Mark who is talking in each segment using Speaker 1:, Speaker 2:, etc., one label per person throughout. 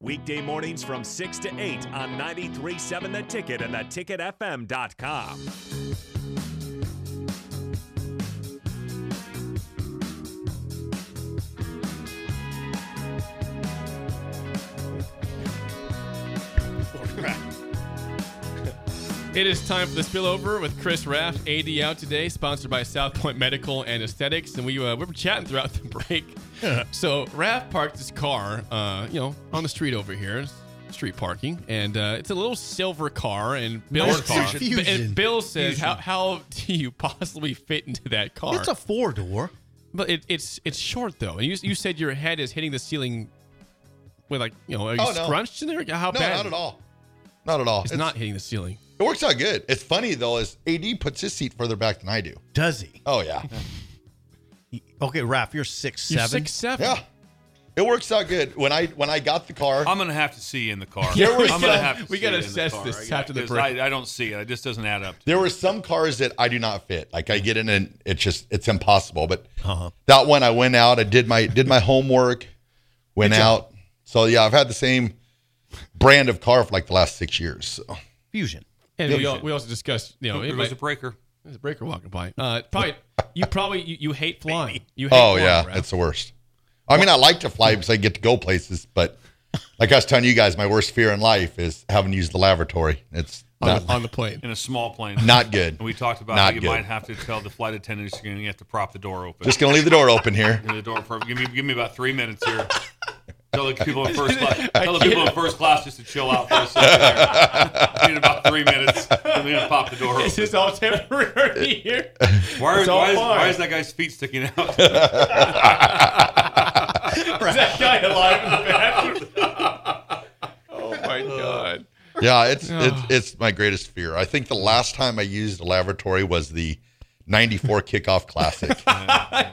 Speaker 1: Weekday mornings from 6 to 8 on 93.7 The Ticket and theticketfm.com.
Speaker 2: It is time for the spillover with Chris Raff, AD out today, sponsored by South Point Medical and Aesthetics, and we uh, we were chatting throughout the break. so Raff parked his car, uh, you know, on the street over here, street parking, and uh, it's a little silver car. And Bill,
Speaker 3: Nice car. Fusion.
Speaker 2: and Bill says,
Speaker 3: Fusion.
Speaker 2: how, "How do you possibly fit into that car?"
Speaker 3: It's a four door.
Speaker 2: but it, it's it's short though, and you you said your head is hitting the ceiling with like you know, are you
Speaker 4: Oh, no.
Speaker 2: scrunched in there? How
Speaker 4: No,
Speaker 2: bad?
Speaker 4: not at all. Not at all.
Speaker 2: It's, not hitting the ceiling.
Speaker 4: It works out good. It's funny though, is AD puts his seat further back than I do.
Speaker 3: Does he?
Speaker 4: Oh yeah,
Speaker 3: Okay, Raph, you're six
Speaker 2: You're
Speaker 3: seven.
Speaker 2: six seven.
Speaker 4: yeah. It works out good. When I when I got the car,
Speaker 2: Um,
Speaker 5: I'm gonna have to see you in the car.
Speaker 4: There was
Speaker 5: I'm gonna
Speaker 4: some-
Speaker 5: have to
Speaker 2: we
Speaker 5: see
Speaker 2: gotta
Speaker 5: you in the
Speaker 2: assess
Speaker 5: car.
Speaker 2: this
Speaker 5: I
Speaker 2: after the
Speaker 5: 'cause
Speaker 2: break.
Speaker 5: I, I don't see it. It just doesn't add up. To
Speaker 4: there were some cars that I do not fit. Like I get in and it's just it's impossible. But
Speaker 3: Uh-huh.
Speaker 4: that one, I went out. I did my did my homework. Went out. So yeah, I've had the same brand of car for like the last six years. So.
Speaker 3: Fusion.
Speaker 2: And we, al- we also discussed, you know,
Speaker 5: it
Speaker 2: it
Speaker 5: was
Speaker 2: might,
Speaker 5: a breaker.
Speaker 2: There's a breaker walking by. Uh, probably you probably you, you hate flying. You hate
Speaker 4: Oh
Speaker 2: flying,
Speaker 4: yeah,
Speaker 2: Raph.
Speaker 4: it's the worst. I mean, I like to fly because I get to go places, but like I was telling you guys, my worst fear in life is having to use the lavatory. It's
Speaker 2: on,
Speaker 4: not,
Speaker 2: the, on the plane.
Speaker 5: in a small plane.
Speaker 4: not good.
Speaker 5: And we talked about
Speaker 4: Not
Speaker 5: how you
Speaker 4: good.
Speaker 5: might have to tell the flight attendants you're going to have to prop the door open.
Speaker 4: Just gonna leave the door open here.
Speaker 5: Open the door for give me give me about three minutes here. Tell the people in first class. Tell the people in first class just to chill out for a second. there. Need about three minutes, and they're gonna pop the door. Open.
Speaker 2: This is all temporary here.
Speaker 5: why, are-
Speaker 2: it's all
Speaker 5: why is,
Speaker 2: fine.
Speaker 5: why is that guy's feet sticking out?
Speaker 2: Is that guy alive in the bathroom? oh my god.
Speaker 4: Yeah, it's it's it's my greatest fear. I think the last time I used the lavatory was the '94 kickoff classic.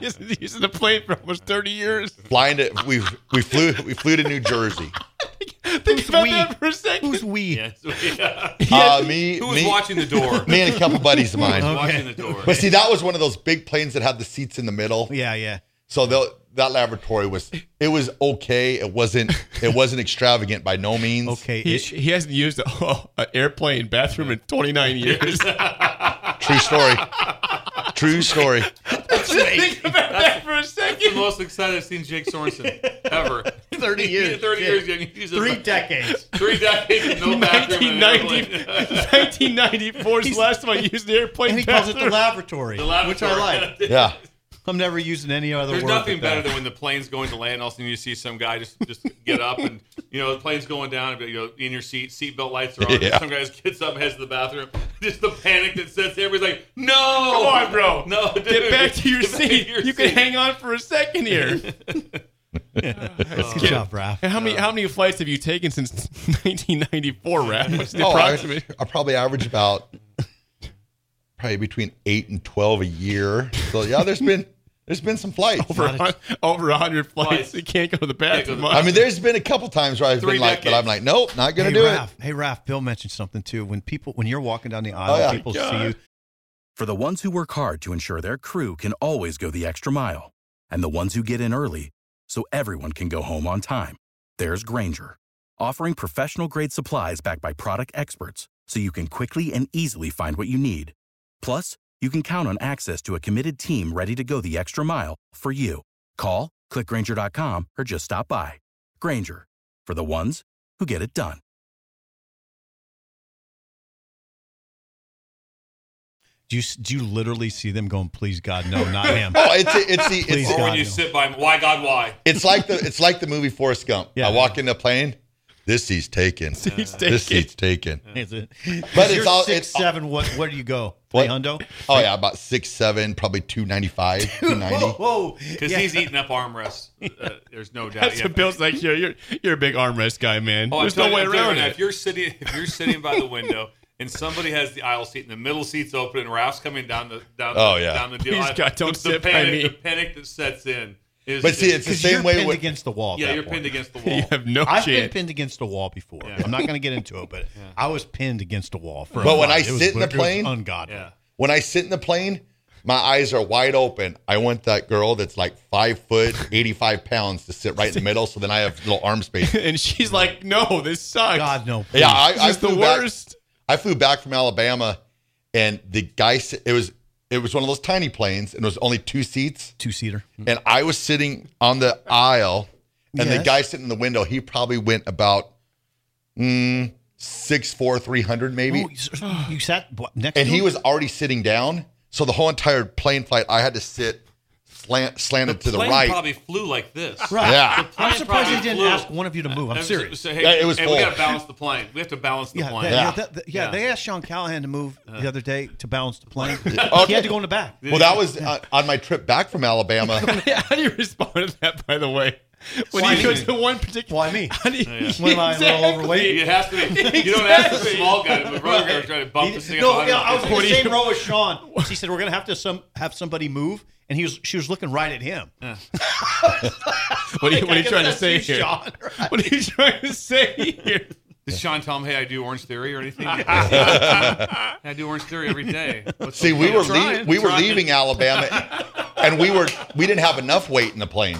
Speaker 2: He's, he's in the plane for almost thirty years.
Speaker 4: Flying to we we flew we flew to New Jersey.
Speaker 2: Think about
Speaker 3: we?
Speaker 2: that for a second.
Speaker 3: Who's we?
Speaker 5: Yeah, so- yeah.
Speaker 4: Uh, me
Speaker 5: Who was
Speaker 4: me,
Speaker 5: watching the door?
Speaker 4: me and a couple buddies of mine.
Speaker 5: Watching the door.
Speaker 4: But see, that was one of those big planes that had the seats in the middle.
Speaker 3: Yeah, yeah.
Speaker 4: So the, that laboratory was it was okay. It wasn't it wasn't extravagant by no means.
Speaker 3: Okay.
Speaker 2: He,
Speaker 3: it-
Speaker 2: he hasn't used a, an airplane bathroom in 29 years.
Speaker 4: True story. True story.
Speaker 2: Think about that for a
Speaker 5: the
Speaker 2: second.
Speaker 5: most excited I've seen Jake Sorensen ever.
Speaker 3: 30 years.
Speaker 5: 30 years. yeah, He's
Speaker 3: Three
Speaker 5: a,
Speaker 3: decades.
Speaker 5: three decades. No bathroom. in an
Speaker 2: 1990,
Speaker 5: airplane.
Speaker 2: 1994 is the last time I used an airplane
Speaker 3: And he calls it
Speaker 2: bathroom.
Speaker 3: the laboratory, which I
Speaker 5: laboratory.
Speaker 3: like.
Speaker 4: Yeah.
Speaker 3: I'm never using any other
Speaker 5: There's
Speaker 3: word.
Speaker 5: nothing
Speaker 3: but that.
Speaker 5: better than when the plane's going to land, all of a sudden you see some guy just just get up and you know the plane's going down, but you know in your seat, seatbelt lights are on.
Speaker 4: Yeah.
Speaker 5: Some guy just gets up, and heads to the bathroom. Just the panic that sets there. Everybody's like, "No,
Speaker 2: Come on, bro.
Speaker 5: no, dude.
Speaker 2: Get back to your
Speaker 5: Get back to
Speaker 2: seat.
Speaker 5: your
Speaker 2: you can
Speaker 5: seat."
Speaker 2: hang on for a second here.
Speaker 3: Good job, Raph.
Speaker 2: And how
Speaker 5: Uh.
Speaker 2: many how many flights have you taken since 1994, Raph? What's the
Speaker 4: Oh, I,
Speaker 2: approximate?
Speaker 4: I probably average about probably between eight and twelve a year. So yeah, there's been there's been some flights.
Speaker 2: Over a hun- over 100 flights.
Speaker 5: Flights.
Speaker 2: You can't go to the bathroom.
Speaker 5: Can't go
Speaker 4: I mean, there's been a couple times where I've
Speaker 5: Three
Speaker 4: been like, but I'm
Speaker 5: decades.
Speaker 4: like, nope, not gonna
Speaker 3: Hey,
Speaker 4: do
Speaker 3: Raph. Hey, Raph. Bill mentioned something too. When people, when you're walking down the aisle,
Speaker 4: Oh, yeah.
Speaker 3: people see
Speaker 2: God.
Speaker 3: you.
Speaker 6: For the ones who work hard to ensure their crew can always go the extra mile, and the ones who get in early so everyone can go home on time, there's Granger, offering professional grade supplies backed by product experts so you can quickly and easily find what you need. Plus, you can count on access to a committed team ready to go the extra mile for you. Call, clickgranger.com, or just stop by. Granger, for the ones who get it done.
Speaker 3: Do you do you literally see them going? Please God, no, not him.
Speaker 4: it. Oh, it's it's the
Speaker 3: Please
Speaker 4: it's,
Speaker 5: Or when
Speaker 3: God,
Speaker 5: you
Speaker 3: no.
Speaker 5: sit by him, why God, why?
Speaker 4: it's like the it's like the movie Forrest Gump.
Speaker 3: Yeah.
Speaker 4: I walk in the plane, this seat's taken.
Speaker 2: Seats
Speaker 4: This
Speaker 2: taken.
Speaker 4: seat's taken.
Speaker 3: Is it-
Speaker 4: But
Speaker 3: You're
Speaker 4: it's all-
Speaker 3: six
Speaker 4: it's-
Speaker 3: seven. What? Where do you go? Play
Speaker 4: What?
Speaker 3: hundo.
Speaker 4: Oh yeah, about six seven, probably two ninety five, two ninety.
Speaker 3: Whoa.
Speaker 5: Because he's eating up armrests. Uh, there's no doubt.
Speaker 2: That's
Speaker 5: Yeah.
Speaker 2: what Bill's like. You're, you're you're a big armrest guy, man.
Speaker 5: Oh, I'm
Speaker 2: There's no
Speaker 5: telling-
Speaker 2: way
Speaker 5: I'm telling you right
Speaker 2: around
Speaker 5: now,
Speaker 2: it.
Speaker 5: If you're sitting, if you're sitting by the window and somebody has the aisle seat and the middle seat's open and Ralph's coming down the down the,
Speaker 4: Oh, yeah.
Speaker 5: down the deal,
Speaker 2: Please,
Speaker 5: I-
Speaker 2: God, don't
Speaker 5: the, the
Speaker 2: sit by
Speaker 5: panic,
Speaker 2: me.
Speaker 5: The panic that sets in is.
Speaker 4: But see,
Speaker 5: is-
Speaker 4: it's the
Speaker 3: 'Cause
Speaker 4: same
Speaker 3: you're
Speaker 4: way.
Speaker 3: pinned
Speaker 4: with-
Speaker 3: against the wall. at
Speaker 5: yeah,
Speaker 3: that
Speaker 5: you're
Speaker 3: point.
Speaker 5: pinned against the
Speaker 2: You
Speaker 5: wall.
Speaker 2: have no
Speaker 3: I've been
Speaker 2: chance.
Speaker 3: pinned against a wall before. I'm not going to get into it, but I was pinned against a wall for. a
Speaker 4: But when
Speaker 3: while.
Speaker 4: I
Speaker 3: It was-
Speaker 4: sit in the
Speaker 3: it was
Speaker 4: plane-
Speaker 3: ungodly.
Speaker 5: yeah.
Speaker 4: when I sit in the plane, my eyes are wide open. I want that girl that's like five foot, eighty five pounds to sit right in the middle, so then I have little arm space.
Speaker 2: and she's like, "No, this sucks.
Speaker 3: God no. please.
Speaker 4: Yeah, I,
Speaker 2: this
Speaker 4: I
Speaker 2: is the
Speaker 4: flew back-
Speaker 2: worst."
Speaker 4: I flew back from Alabama, and the guy s- it was it was one of those tiny planes, and it was only two seats,
Speaker 3: two seater.
Speaker 4: and I was sitting on the aisle, and the
Speaker 3: Hmm. Yes.
Speaker 4: guy sitting in the window, he probably went about mm, six four three hundred maybe,
Speaker 3: Oh, you s- you sat b- next
Speaker 4: and
Speaker 3: to
Speaker 4: he
Speaker 3: him?
Speaker 4: was already sitting down. So the whole entire plane flight, I had to sit slant, slanted to the
Speaker 5: plane
Speaker 4: right.
Speaker 5: probably flew like this.
Speaker 3: Right.
Speaker 4: Yeah.
Speaker 5: The plane
Speaker 3: I'm surprised he
Speaker 5: probably
Speaker 3: didn't
Speaker 5: flew.
Speaker 3: ask one of you to move. I'm
Speaker 5: And
Speaker 3: serious.
Speaker 5: So, so, hey,
Speaker 4: Yeah, it was
Speaker 5: hey,
Speaker 4: full.
Speaker 5: we got to balance the plane. We have to balance the
Speaker 3: Yeah,
Speaker 5: plane.
Speaker 3: that-
Speaker 4: Yeah.
Speaker 3: yeah, that- that- yeah,
Speaker 5: Yeah.
Speaker 3: They asked Sean Callahan to move the other day to balance the plane. He
Speaker 4: Okay.
Speaker 3: had to go in the back.
Speaker 4: Well, that was uh, on my trip back from Alabama.
Speaker 2: How do you respond to that? By the way, when
Speaker 3: Why
Speaker 2: he goes
Speaker 3: me?
Speaker 2: to one particular,
Speaker 3: Why me?
Speaker 5: Oh,
Speaker 2: how do you,
Speaker 3: What am I, a little
Speaker 2: Exactly.
Speaker 3: overweight?
Speaker 5: It has to be. You don't ask the small guy to move. We're going to try to bump this thing.
Speaker 3: no,
Speaker 5: up
Speaker 3: yeah, I was in the
Speaker 2: 150.
Speaker 3: same row as Sean. She said we're gonna have to some have somebody move, and he was she was looking right at him.
Speaker 2: What are you, what are you
Speaker 3: I
Speaker 2: trying to
Speaker 3: guess
Speaker 2: say
Speaker 3: that's you,
Speaker 2: here?
Speaker 3: Sean, right?
Speaker 2: What are you trying to say here?
Speaker 5: Did Sean tell him, hey, I do Orange Theory or anything? I do Orange Theory every day. What's
Speaker 4: See,
Speaker 5: the
Speaker 4: we
Speaker 5: point?
Speaker 4: were
Speaker 5: Trying,
Speaker 4: lea- we were
Speaker 5: trying.
Speaker 4: leaving Alabama, and we were we didn't have enough weight in the plane.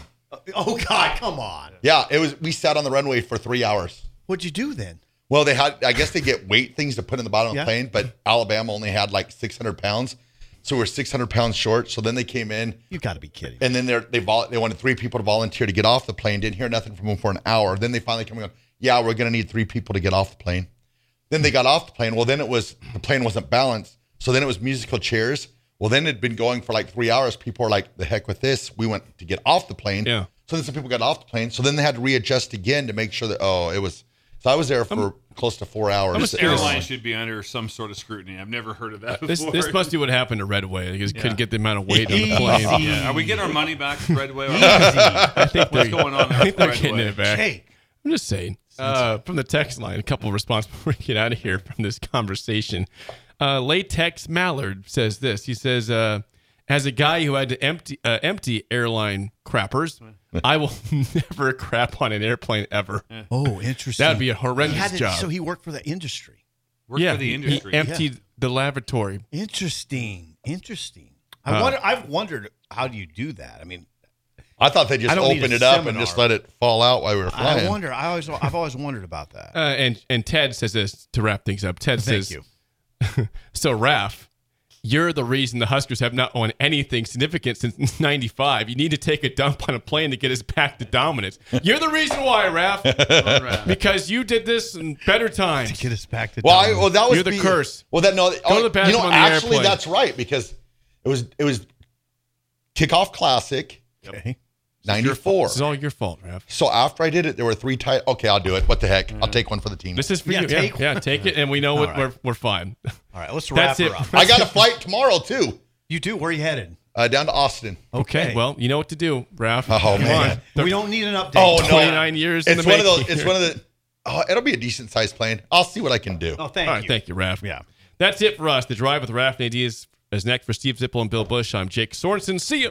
Speaker 3: Oh God, come on!
Speaker 4: Yeah, it was. We sat on the runway for three hours.
Speaker 3: What'd you do then?
Speaker 4: Well, they had. I guess they get weight things to put in the bottom
Speaker 3: Yeah.
Speaker 4: of the plane, but Alabama only had like 600 pounds, so we're 600 pounds short. So then they came in,
Speaker 3: You got to be kidding!
Speaker 4: and then they're, they vol- they wanted three people to volunteer to get off the plane. Didn't hear nothing from them for an hour. Then they finally come and go, yeah, we're gonna need three people to get off the plane. Then they got off the plane. Well, then it was the plane wasn't balanced, so then it was musical chairs. Well, then it'd been going for like three hours. People were like, "The heck with this!" We went to get off the plane.
Speaker 2: Yeah.
Speaker 4: So then some people got off the plane. So then they had to readjust again to make sure that oh, it was. So I was there for close to four hours.
Speaker 2: I'm a
Speaker 4: It was-
Speaker 5: Airlines should be under some sort of scrutiny. I've never heard of that
Speaker 2: Uh, This
Speaker 5: before.
Speaker 2: this must be what happened to Redway. They just couldn't get the amount of weight on the
Speaker 3: Easy.
Speaker 2: plane.
Speaker 5: Yeah, Are we getting our money back, Redway?
Speaker 2: I think
Speaker 5: What's
Speaker 2: they're-
Speaker 5: going on there
Speaker 2: I think
Speaker 5: with
Speaker 2: they're getting
Speaker 5: Redway?
Speaker 2: it back.
Speaker 3: Hey,
Speaker 2: I'm just saying. Uh, from the text line, a couple of responses before we get out of here from this conversation. Uh, Latex Mallard says this. He says, uh, "As a guy who had to empty uh, empty airline crappers, I will never crap on an airplane ever.
Speaker 3: oh, interesting.
Speaker 2: That'd be a
Speaker 3: He had
Speaker 2: horrendous
Speaker 3: it-
Speaker 2: job."
Speaker 3: So he worked for the industry.
Speaker 5: Work for the
Speaker 2: he-
Speaker 5: industry.
Speaker 2: He emptied the lavatory.
Speaker 3: Interesting, interesting. I
Speaker 2: Uh,
Speaker 3: wonder. I've wondered how do you do that? I mean,
Speaker 4: I thought they
Speaker 3: I
Speaker 4: just
Speaker 3: don't need
Speaker 4: opened
Speaker 3: a
Speaker 4: it up and
Speaker 3: seminar.
Speaker 4: just let it fall out while we were flying.
Speaker 3: I wonder. I always, I've always wondered about that.
Speaker 2: Uh, and and Ted says this to wrap things up. Ted
Speaker 3: Thank
Speaker 2: says,
Speaker 3: you.
Speaker 2: "So Raf, you're the reason the Huskers have not won anything significant since '95. You need to take a dump on a plane to get us back to dominance. You're the reason why, Raf, because you did this in better times.
Speaker 3: Get us back to
Speaker 4: Well, I,
Speaker 3: Domino's.
Speaker 4: well, that was
Speaker 2: You're the curse.
Speaker 4: Well, that no, oh,
Speaker 2: to the
Speaker 4: you
Speaker 2: bathroom
Speaker 4: know,
Speaker 2: on the
Speaker 4: actually,
Speaker 2: airplane.
Speaker 4: that's right because it was it was kickoff classic
Speaker 3: okay.
Speaker 4: ninety four.
Speaker 2: This is all your fault, Raf.
Speaker 4: So after I did it, there were three tight. Okay, I'll do it. What the heck? I'll take one for the team.
Speaker 2: This is for
Speaker 3: Yeah,
Speaker 2: you.
Speaker 3: take-
Speaker 2: yeah, yeah, take it, and we know what,
Speaker 3: right.
Speaker 2: we're we're fine.
Speaker 3: All right, let's wrap
Speaker 2: That's
Speaker 3: her
Speaker 2: it.
Speaker 3: up.
Speaker 4: I got a flight tomorrow too,
Speaker 3: You do. Where are you headed?
Speaker 4: uh, down to Austin.
Speaker 2: Okay, well, you know what to do, Raf.
Speaker 4: Oh,
Speaker 2: Come
Speaker 4: man.
Speaker 2: on.
Speaker 3: we don't need an update.
Speaker 4: Oh no,
Speaker 2: 29 years. in
Speaker 4: It's
Speaker 2: the
Speaker 4: one of those.
Speaker 2: making.
Speaker 4: It's one of the. Oh, it'll be a decent sized plane. I'll see what I can do.
Speaker 3: Oh, thank
Speaker 2: All right,
Speaker 3: you.
Speaker 2: thank you, Raf.
Speaker 3: Yeah.
Speaker 2: That's it for us. The Drive with Raf and AD is, is next for Steve Zippel and Bill Bush. I'm Jake Sorensen. See you.